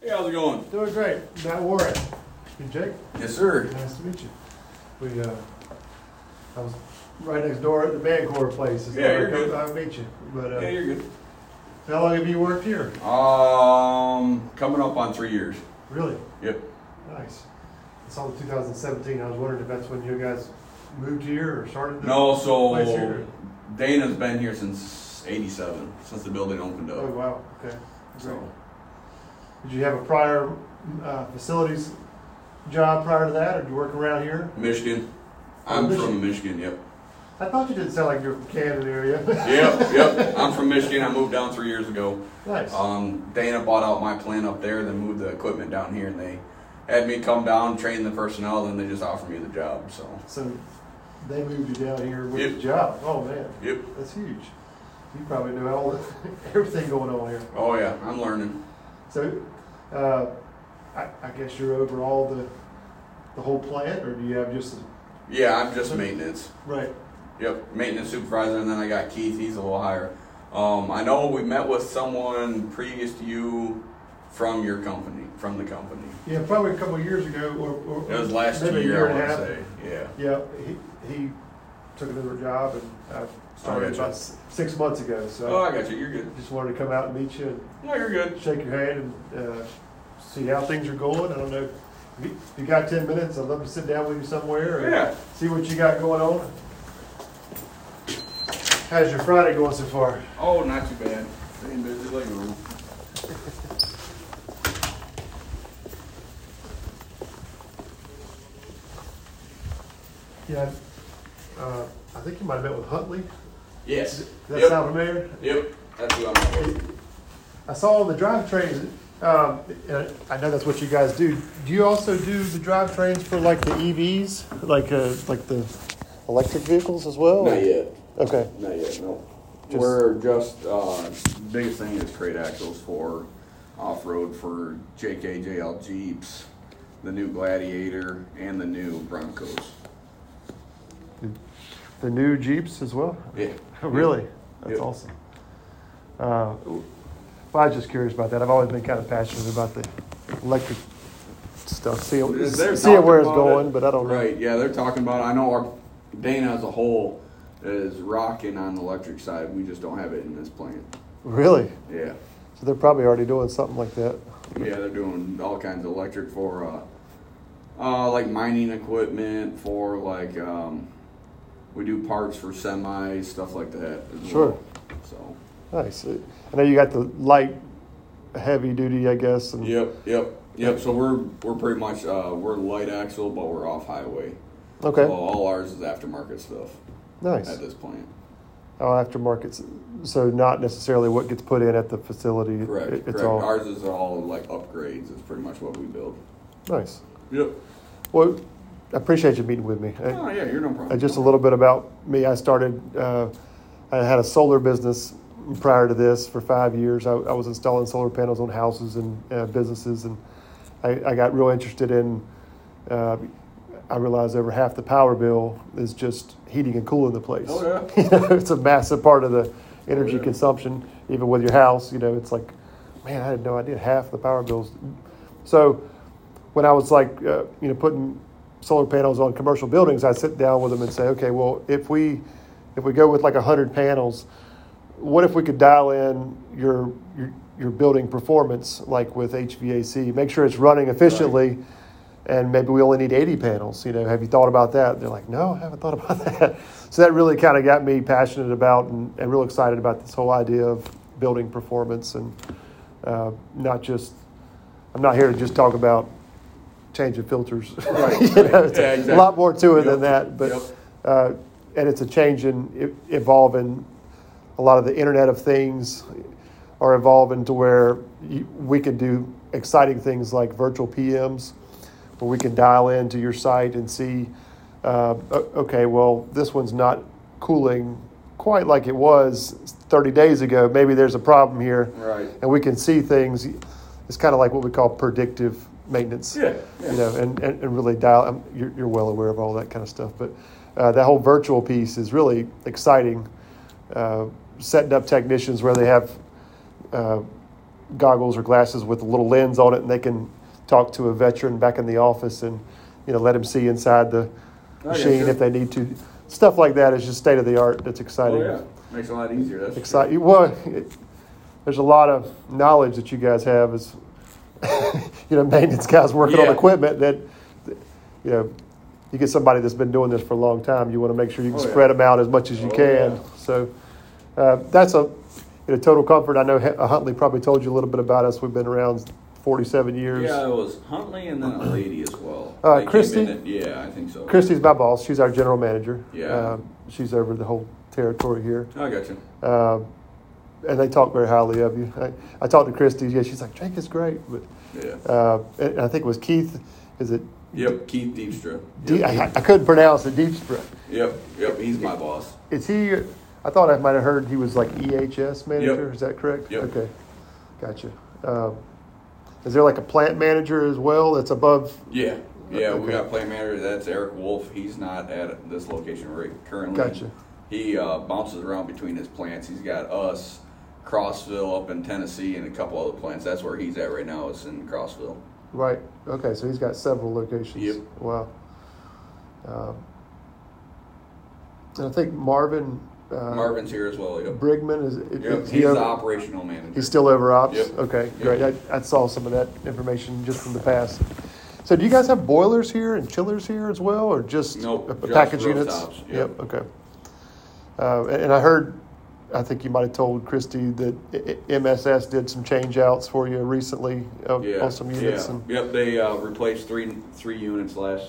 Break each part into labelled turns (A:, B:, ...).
A: Hey, how's it going?
B: Doing great. Matt Warren. And Jake,
A: Yes, sir.
B: nice to meet you. We, uh, I was right next door at the Bancorp place. It's
A: Yeah,
B: like,
A: you're good.
B: I'll meet you. But, uh,
A: Yeah, you're good.
B: how long have you worked here?
A: Um, coming up on three years.
B: Really?
A: Yep.
B: Nice. I saw the 2017. I was wondering if that's when you guys moved here or started the
A: No,
B: place
A: so
B: here.
A: Dana's been here since '87, since the building opened
B: Oh,
A: up.
B: wow. Okay. Great.
A: So
B: Did you have a prior uh, facilities job prior to that, or did you work around here?
A: Michigan.
B: Oh,
A: I'm
B: Michigan.
A: from Michigan. Yep.
B: I thought you didn't sound like you're from Canada area.
A: Yep. Yep. I'm from Michigan. I moved down three years ago.
B: nice.
A: Um, Dana bought out my plant up there, then moved the equipment down here, and they had me come down, train the personnel, then they just offered me the job. So.
B: So they moved you down here with
A: Yep.
B: the job. Oh man,
A: Yep.
B: that's huge. You probably know all the, everything going on here.
A: Oh yeah, I'm learning.
B: So uh, I, I guess you're over all the the whole plant, or do you have just a,
A: Yeah, I'm just maintenance.
B: right?
A: Yep, maintenance supervisor, and then I got Keith. He's a little higher. Um, I know we met with someone previous to you from your company, from the company.
B: Yeah, probably a couple of years ago, or, or
A: It was last
B: maybe a
A: year, I
B: and a
A: want to
B: half.
A: say. Yeah.
B: Yeah, he he took another job and I started
A: gotcha.
B: about s- six months ago. So
A: Oh, I got you. You're good.
B: just wanted to come out and meet you and
A: No, you're good.
B: shake your hand and uh, see how things are going. I don't know. If you- if you got 10 minutes, I'd love to sit down with you somewhere and
A: Yeah.
B: see what you got going on. How's your Friday going so far?
A: Oh, not too bad. Staying busy like normal.
B: Yeah. Uh, I think you might have met with Huntley.
A: Yes.
B: Does that
A: yep.
B: sound familiar?
A: Yep. That's who I'm with.
B: I saw on the drivetrains, um, and I know that's what you guys do. Do you also do the drivetrains for like the EVs, like uh, like the electric vehicles as well?
A: yet.
B: Okay.
A: Not yet. No.
B: Just-
A: We're just uh, biggest thing is trade axles for off road for JKJL Jeeps, the new Gladiator, and the new Broncos.
B: The new Jeeps as well?
A: Yeah.
B: Really? That's
A: Yep.
B: awesome. Uh, w- well, I was just curious about that. I've always been kind of passionate about the electric stuff. See,
A: They're
B: see where it's
A: talking about
B: going,
A: it.
B: but I don't know.
A: Right. Yeah, they're talking about. I know our Dana as a whole is rocking on the electric side. We just don't have it in this plant.
B: Really?
A: Yeah.
B: So they're probably already doing something like that.
A: Yeah, they're doing all kinds of electric for uh, uh, like mining equipment for like um, we do parts for semis, stuff like that. As
B: Sure.
A: Well. So.
B: Nice. Uh, I know you got the light, heavy duty, I guess. And
A: Yep. Yep. Yep. So we're we're pretty much uh, we're light axle, but we're off highway.
B: Okay.
A: So all ours is aftermarket stuff
B: nice.
A: at this plant.
B: Oh, aftermarket's so not necessarily what gets put in at the facility.
A: Correct.
B: It- it's
A: correct.
B: all
A: Ours is all like upgrades. It's pretty much what we build.
B: nice.
A: Yep.
B: Well, I appreciate you meeting with me. I-
A: Oh yeah, you're no problem.
B: Uh, just a little bit about me. I started, uh, I had a solar business prior to this for five years. I, I was installing solar panels on houses and uh, businesses, and I, I got real interested in. Uh, I realized over half the power bill is just heating and cooling the place.
A: Oh,
B: You know, it's a massive part of the energy
A: yeah.
B: consumption, even with your house. You know, it's like, man, I had no idea half the power bills. So when I was like, uh, you know, putting solar panels on commercial buildings, I sit down with them and say, okay, well, if we if we go with like hundred panels, what if we could dial in your your your building performance, like with HVAC, make sure it's running efficiently, and maybe we only need eighty panels. You know, have you thought about that? They're like, no, I haven't thought about that. So that really kind of got me passionate about and, and real excited about this whole idea of building performance and uh, not just. I'm not here to just talk about changing filters.
A: Right,
B: You know,
A: right.
B: it's A
A: Yeah,
B: lot
A: exactly.
B: more to it
A: Yep,
B: than that, but
A: yep.
B: uh, and it's a change in e- evolving. A lot of the Internet of Things are evolving to where you, we can do exciting things like virtual PMs, where we can dial into your site and see, uh, o- okay, well, this one's not cooling quite like it was 30 days ago. Maybe there's a problem here,
A: Right.
B: and we can see things. It's kind of like what we call predictive maintenance
A: Yeah. yeah.
B: you know, and, and, and really dial. um, You're, you're well aware of all that kind of stuff, but uh, that whole virtual piece is really exciting. Uh, setting up technicians where they have uh, goggles or glasses with a little lens on it, and they can talk to a veteran back in the office and you know let him see inside the
A: Oh, yeah,
B: machine
A: sure.
B: if they need to. Stuff like that is just state of the art. That's
A: Oh,
B: exciting.
A: yeah. Makes it a lot easier. That's
B: Excite- Well, it, there's a lot of knowledge that you guys have as you know maintenance guys working on
A: Yeah.
B: equipment that that, you know you get somebody that's been doing this for a long time. You want to make sure you can
A: Oh, yeah.
B: spread them out as much as you
A: Oh,
B: can.
A: yeah.
B: So uh, that's a you know, total comfort. I know H- uh, Huntley probably told you a little bit about us. We've been around 47 years.
A: Yeah, it was Huntley and then a lady as well.
B: Uh,
A: They came
B: Christy?
A: in at- yeah, I think so.
B: Christy's my boss. She's our general manager.
A: Yeah.
B: Um, she's over the whole territory here.
A: I got you.
B: Um, and they talk very highly of you. I, I talked to Christy. Yeah, she's like Jake is great, but
A: Yeah.
B: uh, and I think it was Keith. Is it?
A: Yep, Keith Deepstra.
B: D-
A: Yep.
B: I, I couldn't pronounce it. Deepstra.
A: Yep, yep, he's my boss.
B: Is he? I thought I might have heard he was like EHS manager.
A: Yep.
B: Is that correct?
A: Yep.
B: Okay, gotcha. Um, is there like a plant manager as well that's above?
A: Yeah, yeah, we
B: Okay.
A: got plant manager. That's Eric Wolf. He's not at this location right currently.
B: Gotcha.
A: He uh, bounces around between his plants. He's got us, Crossville up in Tennessee, and a couple other plants. That's where he's at right now. Is in Crossville.
B: Right. Okay, so he's got several locations.
A: Yep.
B: Wow. Um, and I think Marvin. Uh,
A: Marvin's here as well. Yep.
B: Brigman is. it-
A: Yep,
B: is
A: he's
B: he
A: the
B: over,
A: operational manager.
B: he's still over ops.
A: Yep.
B: Okay,
A: Yep.
B: great. I, I saw some of that information just from the past. So, do you guys have boilers here and chillers here as well, or just
A: Nope,
B: uh,
A: just
B: package units?
A: rooftops, yep.
B: Okay. Uh, and, and I heard, I think you might have told Christy that I- I- MSS did some change outs for you recently uh,
A: yeah,
B: on some units.
A: yeah.
B: And,
A: Yep, they uh, replaced three three units last.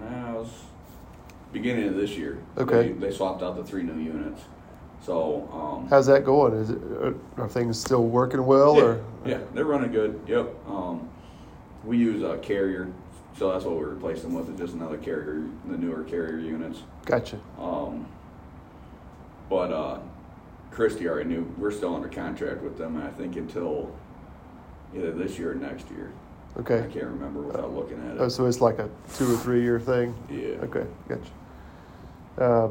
A: uh, it was beginning of this year.
B: Okay.
A: They, they swapped out the three new units. So. Um,
B: How's that going? Is it, are, are things still working well?
A: yeah,
B: or
A: yeah, they're running good. Yep. Um, we use a carrier, so that's what we replaced them with. Is just another carrier, the newer carrier units.
B: Gotcha.
A: Um, but uh, Christie already knew we're still under contract with them. I think until either this year or next year. I
B: Okay.
A: can't remember without looking at it.
B: Oh, so it's like a two or three year thing?
A: Yeah.
B: Okay, gotcha. Uh,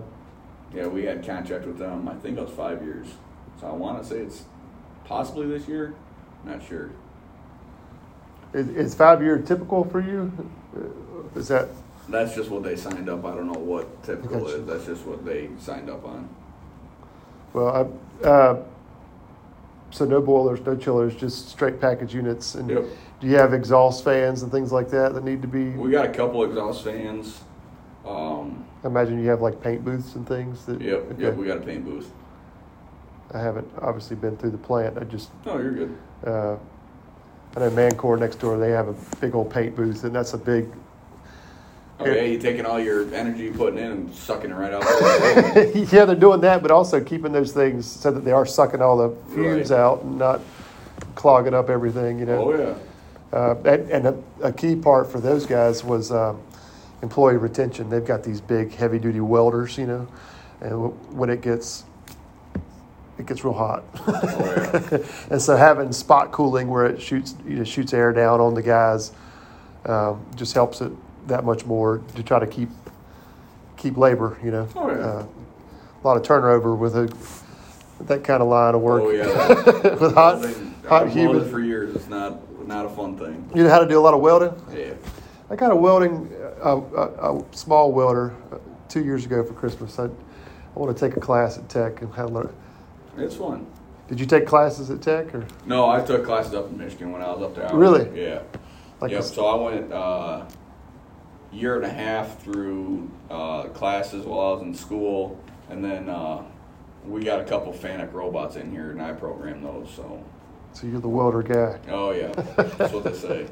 A: Yeah, we had contract with them. I think it was five years. So I want to say it's possibly this year. Not sure.
B: is, is five year typical for you? Uh, Is that
A: That's just what they signed up. I don't know what typical
B: Gotcha.
A: is. That's just what they signed up on.
B: well? I, uh, so no boilers, no chillers, just straight package units. And
A: Yep.
B: do you have exhaust fans and things like that that need to be?
A: We got a couple exhaust fans. Um,
B: I imagine you have like paint booths and things. That,
A: yep,
B: Okay.
A: yep, we got a paint booth.
B: I haven't obviously been through the plant. I just
A: No, Oh, you're good.
B: uh, I know Mancor next door. They have a big old paint booth, and that's a big.
A: Oh,
B: Yeah.
A: yeah, you're taking all your energy you're putting in and sucking it right out. the window.
B: yeah, they're doing that, but also keeping those things so that they are sucking all the fumes
A: Right.
B: out and not clogging up everything. You know.
A: oh, yeah.
B: Uh, and and a, a key part for those guys was um, employee retention. They've got these big, heavy-duty welders, you know, and w- when it gets it gets real hot,
A: Oh, yeah.
B: and so having spot cooling where it shoots you know, shoots air down on the guys um, just helps it that much more to try to keep keep labor, you know. Uh,
A: Oh, yeah.
B: a lot of turnover with a with that kind of line of work
A: Oh, yeah.
B: with hot
A: I've
B: hot
A: welded
B: humid.
A: for years. It's not, not a fun thing.
B: you know how to do a lot of welding.
A: Yeah.
B: I got a welding, a, a, a small welder, uh, two years ago for Christmas. I, I want to take a class at Tech and how to learn.
A: It's fun.
B: Did you take classes at Tech or
A: No, I took classes up in Michigan when I was up there.
B: Really?
A: Yeah.
B: like?
A: yep.
B: this-
A: So I went uh, year and a half through uh, classes while I was in school, and then uh, we got a couple Fanuc robots in here, and I programmed those. So,
B: so you're the welder guy.
A: oh yeah, that's what they say.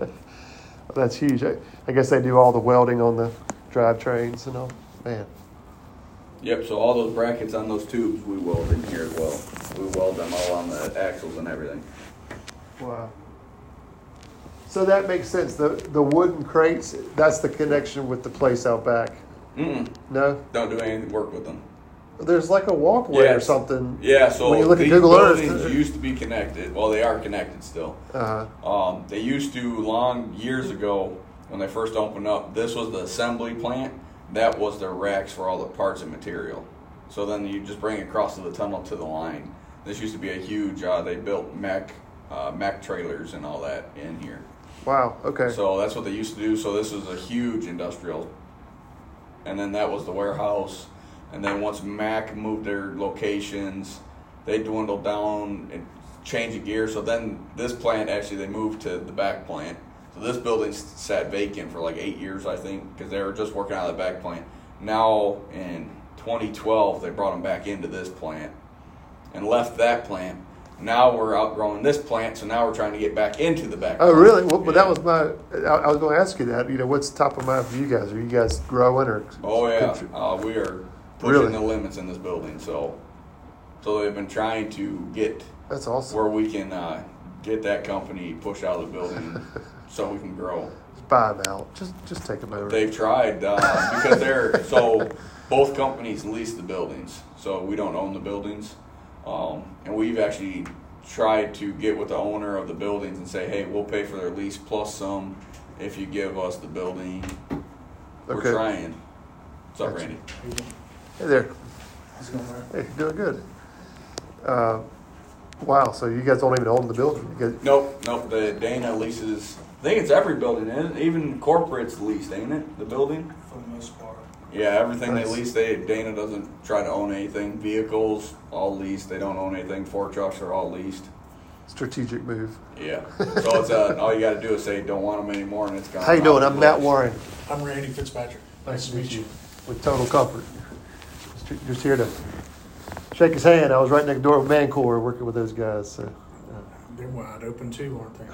B: That's huge. I, I guess they do all the welding on the drivetrains and all. Man,
A: Yep. So all those brackets on those tubes we weld in here as well. We weld them all on the axles and everything.
B: wow. So that makes sense. The the wooden crates. That's the connection with the place out back.
A: Mm.
B: No,
A: Don't do any work with them.
B: there's like a walkway or
A: Yes.
B: something.
A: Yeah. So
B: When you look at
A: these
B: Google Earth, uh,
A: buildings
B: they're-
A: used to be connected. Well, they are connected still.
B: Uh,
A: Um, they used to long years ago when they first opened up. This was the assembly plant. That was the racks for all the parts and material. So then you just bring it across to the tunnel to the line. This used to be a huge. Uh, they built mech uh, Mack trailers and all that in here.
B: Wow. Okay.
A: So that's what they used to do. So this is a huge industrial. And then that was the warehouse. And then once Mac moved their locations, they dwindled down and changed the gear. So then this plant actually they moved to the back plant. So this building s- sat vacant for like eight years, I think, because they were just working out of the back plant. Now in 2012, they brought them back into this plant and left that plant. Now we're outgrowing this plant, so now we're trying to get back into the back.
B: Oh,
A: plant.
B: really? Well, but that
A: Yeah.
B: was my. I, I was going to ask you that. You know, what's top of mind for you guys? Are you guys growing or?
A: Oh yeah, uh, we are pushing
B: Really?
A: the limits in this building. So, so they've been trying to get
B: That's awesome.
A: where we can uh, get that company pushed out of the building, so we can grow.
B: Just buy them out. Just just take them over.
A: They've tried uh, because they're so both companies lease the buildings, so we don't own the buildings, um, and we've actually tried to get with the owner of the buildings and say, hey, we'll pay for their lease plus some if you give us the building. We're
B: Okay.
A: trying. What's up,
B: Gotcha.
A: Randy?
B: hey there.
C: It's going well.
B: Hey, you're doing good. Uh, wow. So you guys don't even own the building. You guys,
A: Nope, nope. The Dana leases. I think it's every building, isn't it? even corporate's leased, ain't it? The building.
C: for the most part.
A: Yeah, everything they
B: Nice.
A: lease, they Dana doesn't try to own anything. Vehicles all leased. They don't own anything. Four trucks are all leased.
B: strategic move.
A: Yeah. So it's uh, all you got to do is say don't want them anymore, and it's gone.
B: How you doing? I'm Matt
A: that
B: Warren.
C: I'm Randy Fitzpatrick. Nice to meet you.
B: With total comfort. Just- Just here to shake his hand. I was right next door with Mancor working with those guys. So.
C: They're wide open too, aren't they?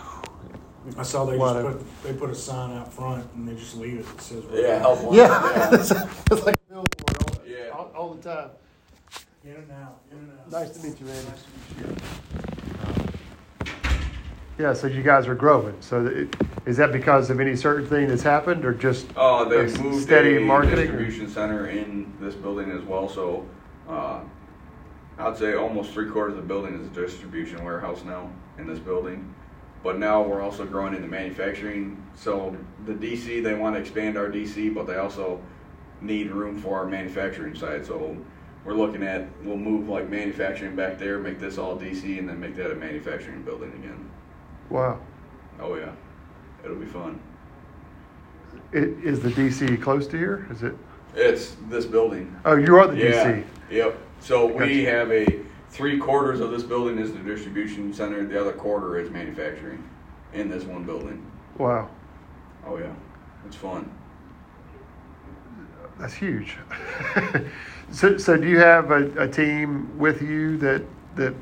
C: I saw they
B: Wide
C: just
B: open.
C: put, they put a sign out front and they just leave it that says.
A: Yeah, help one.
B: Yeah, it's like a billboard all,
A: Yeah.
B: all, all the time.
C: In and out, in and out.
B: Nice to meet you, Randy.
C: Nice to meet you.
B: Yeah, so you guys are growing. So it, is that because of any certain thing that's happened, or just
A: Oh, they
B: a s-
A: moved
B: steady
A: a
B: marketing?
A: distribution center in this building as well. So, uh, I'd say almost three quarters of the building is a distribution warehouse now in this building. But now we're also growing into manufacturing. So the DC, they want to expand our DC, but they also need room for our manufacturing side. So we're looking at we'll move like manufacturing back there, make this all DC, and then make that a manufacturing building again.
B: Wow,
A: Oh yeah, it'll be fun.
B: I- is the DC close to here? Is it?
A: It's this building.
B: Oh, you are the
A: Yeah.
B: DC.
A: Yep. So we
B: Gotcha.
A: have a three quarters of this building is the distribution center. The other quarter is manufacturing in this one building.
B: Wow,
A: Oh yeah, it's fun.
B: that's huge. so, so do you have a, a team with you that that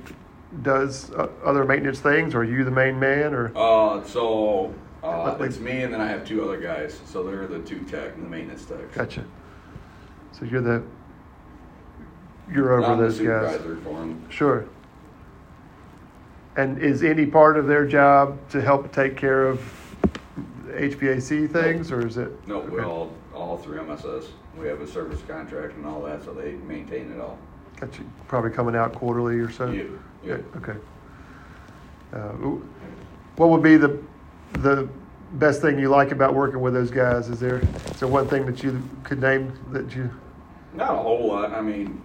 B: does uh, other maintenance things, or are you the main man, or
A: Uh, so uh,
B: Like- like-
A: it's me and then I have two other guys. So they're the two tech and the maintenance tech.
B: gotcha? So you're the you're over
A: I'm the
B: those guys.
A: supervisor for 'em.
B: Sure. And is any part of their job to help take care of HVAC things, or is it?
A: No, we
B: okay.
A: all all through MSS. We have a service contract and all that, so they maintain it all.
B: Got you, probably coming out quarterly or so?
A: Yeah, yeah.
B: Okay. Uh, ooh, What would be the, the best thing you like about working with those guys? Is there, is there one thing that you could name that you,
A: Not a whole lot. I mean,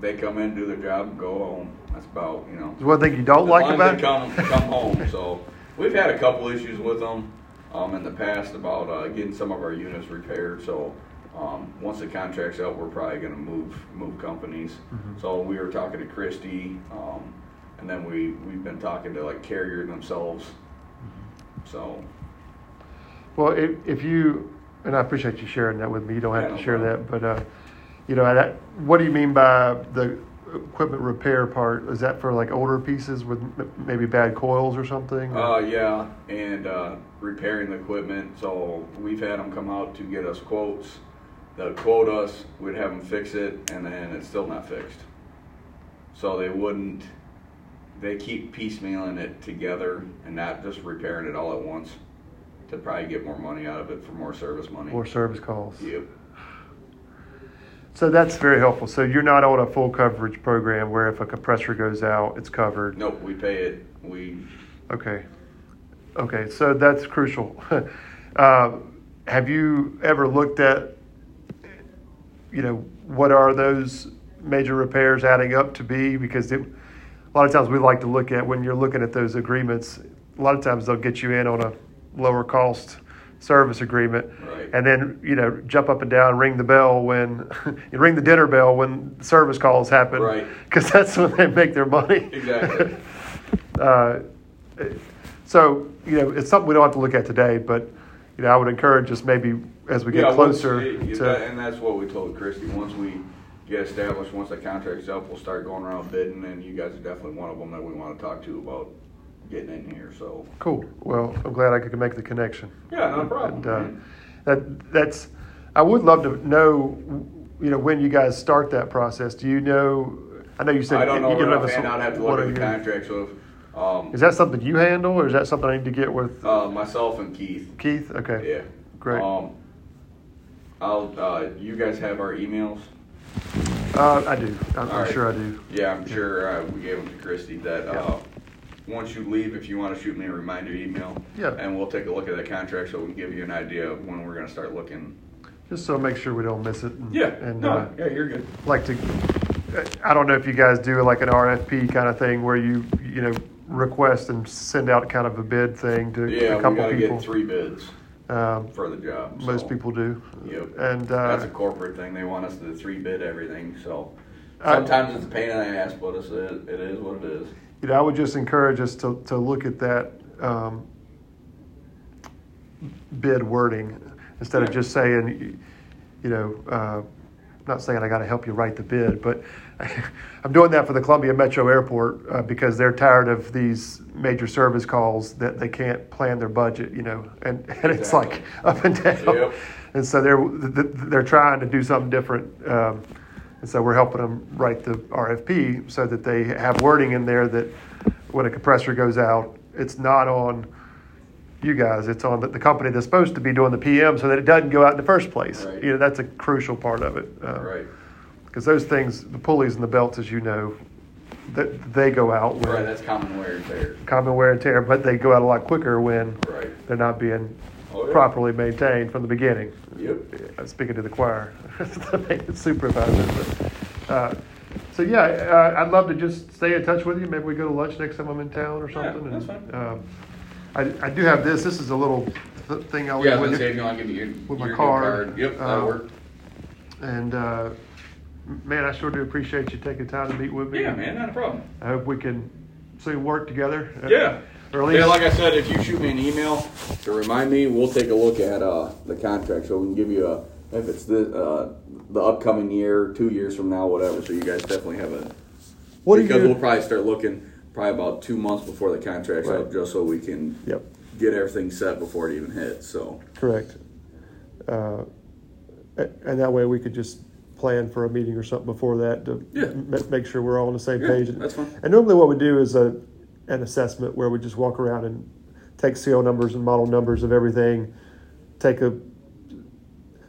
A: they come in, do their job, go home. That's about you know.
B: is one thing you don't like
A: As
B: about? it?
A: long as they come, come home. So we've had a couple issues with them um, in the past about uh, getting some of our units repaired. So um, once the contract's out, we're probably going to move move companies.
B: Mm-hmm.
A: So we were talking to Christie, um, and then we we've been talking to like Carrier themselves.
B: Mm-hmm.
A: So
B: Well, if, if you, and I appreciate you sharing that with me, you don't have
A: Yeah,
B: to
A: no
B: share
A: problem.
B: that, but, uh, you know, and I, what do you mean by the equipment repair part? Is that for like older pieces with m- maybe bad coils or something?
A: Uh, yeah, and uh, repairing the equipment. So we've had them come out to get us quotes. They'll quote us, we'd have them fix it, and then it's still not fixed. So they wouldn't, they keep piecemealing it together and not just repairing it all at once to probably get more money out of it for more service money.
B: Or service calls?
A: Yep.
B: So that's very helpful. So you're not on a full coverage program where if a compressor goes out, it's covered?
A: Nope, we pay it. We,
B: Okay. Okay, so that's crucial. uh, have you ever looked at, you know, what are those major repairs adding up to be? Because it, a lot of times we like to look at when you're looking at those agreements. A lot of times they'll get you in on a lower cost service agreement,
A: Right.
B: and then you know jump up and down, ring the bell when you ring the dinner bell when service calls happen,
A: Right.
B: Because that's when they make their money.
A: Exactly.
B: uh, so you know it's something we don't have to look at today, but you know I would encourage us maybe as we get
A: once-
B: closer
A: it- it-
B: to.
A: that- and that's what we told Christy. Once we get established, once the contract's up, we'll start going around bidding, and you guys are definitely one of them that we want to talk to about getting in here. So
B: Cool. Well, I'm glad I could make the connection.
A: yeah, not a problem.
B: And, uh, that that's. I would love to know, you know, when you guys start that process. Do you know? I know you said
A: I don't know.
B: you
A: Right
B: can let
A: offhand, I'd have to look
B: one
A: at
B: of
A: the
B: your-
A: contract. So, if, um,
B: Is that something you handle, or is that something I need to get with
A: uh, myself and Keith.
B: Keith? Okay.
A: Yeah.
B: Great.
A: Um, I'll. Uh, you guys have our emails.
B: Uh, I do. I'm,
A: All
B: I'm
A: right.
B: sure I do.
A: Yeah, I'm sure uh, we gave them to Christy that, uh, once you leave, if you wanna shoot me a reminder email.
B: Yeah.
A: And we'll take a look at that contract so we can give you an idea of when we're gonna start looking.
B: Just so I make sure we don't miss it. And,
A: Yeah,
B: And uh,
A: no, yeah, you're good.
B: like to. I don't know if you guys do like an RFP kind of thing where you you know request and send out kind of a bid thing to
A: Yeah,
B: a
A: we
B: couple
A: gotta
B: people.
A: get three bids
B: um,
A: for the job. so-
B: most people do.
A: Yep.
B: And
A: That's
B: uh,
A: a corporate thing, they want us to three bid everything, so.
B: I-
A: Sometimes it's a pain in the ass, but it's, it it is what it is.
B: you know, I would just encourage us to, to look at that um, bid wording instead of
A: Yeah.
B: just saying, you know, uh, not saying I got to help you write the bid, but I'm doing that for the Columbia Metro Airport uh, because they're tired of these major service calls that they can't plan their budget, you know, and, and it's like
A: Exactly.
B: up and down.
A: Yep.
B: And so they're th- th- they're trying to do something different, um, and so we're helping them write the RFP so that they have wording in there that when a compressor goes out, it's not on you guys; it's on the, the company that's supposed to be doing the PM, so that it doesn't go out in the first place.
A: Right.
B: You know, that's a crucial part of it. Um,
A: Right,
B: Because those things, the pulleys and the belts, as you know, that they go out when
A: right, that's common wear and tear.
B: common wear and tear, but they go out a lot quicker when
A: Right.
B: they're not being
A: Oh, yeah.
B: properly maintained from the beginning.
A: Yep.
B: Uh, Speaking to the choir, the maintenance supervisor. But, uh, so yeah, uh, I'd love to just stay in touch with you. Maybe we go to lunch next time I'm in town or
A: Yeah,
B: something.
A: that's
B: and,
A: fine.
B: um, I, I do have this. This is a little th- thing I'll
A: Yeah,
B: leave
A: let's
B: with
A: say
B: you.
A: if you wanna give me your, your
B: with my
A: good
B: card,
A: card, yep,
B: uh,
A: that'll work.
B: And uh, m- man, I sure do appreciate you taking time to meet with me.
A: Yeah, man, not a problem.
B: I hope we can soon work together. Uh,
A: Yeah.
B: Or at least
A: yeah, like I said, if you shoot me an email to remind me, we'll take a look at uh, the contract so we can give you a if it's the uh, the upcoming year, two years from now, whatever. So you guys definitely have a
B: What do
A: because
B: you-
A: we'll probably start looking probably about two months before the contract's
B: Right.
A: up, just so we can
B: Yep.
A: get everything set before it even hits. So
B: Correct. Uh, a- And that way we could just plan for a meeting or something before that to
A: Yeah.
B: ma- make sure we're all on the same
A: Yeah,
B: page.
A: that's fine.
B: And normally what we do is a, an assessment where we just walk around and take CO numbers and model numbers of everything, take a,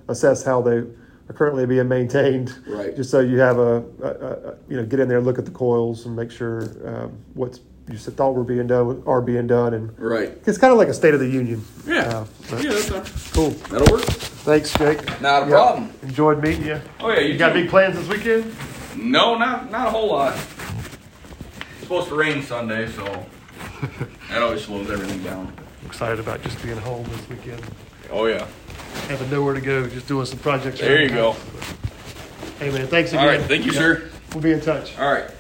B: assess how they are currently being maintained.
A: Right.
B: Just so you have a, a, a you know, get in there, look at the coils and make sure um, what's, you said thought were being done, are being done and
A: right,
B: it's kind of like a state of the union.
A: yeah,
B: Uh, but-
A: yeah, that's fine.
B: Cool.
A: that'll work.
B: Thanks, Jake.
A: Not a
B: Yeah.
A: problem.
B: Enjoyed meeting you.
A: Oh yeah,
B: You got big plans this weekend?
A: No, not not a whole lot. It's supposed to rain Sunday, so that always slows everything down.
B: Excited about just being home this weekend,
A: Oh yeah.
B: having nowhere to go, just doing some projects.
A: There you
B: around
A: go.
B: town. Hey man, thanks again.
A: All right. Thank you,
B: Yeah.
A: sir.
B: We'll be in touch.
A: All right.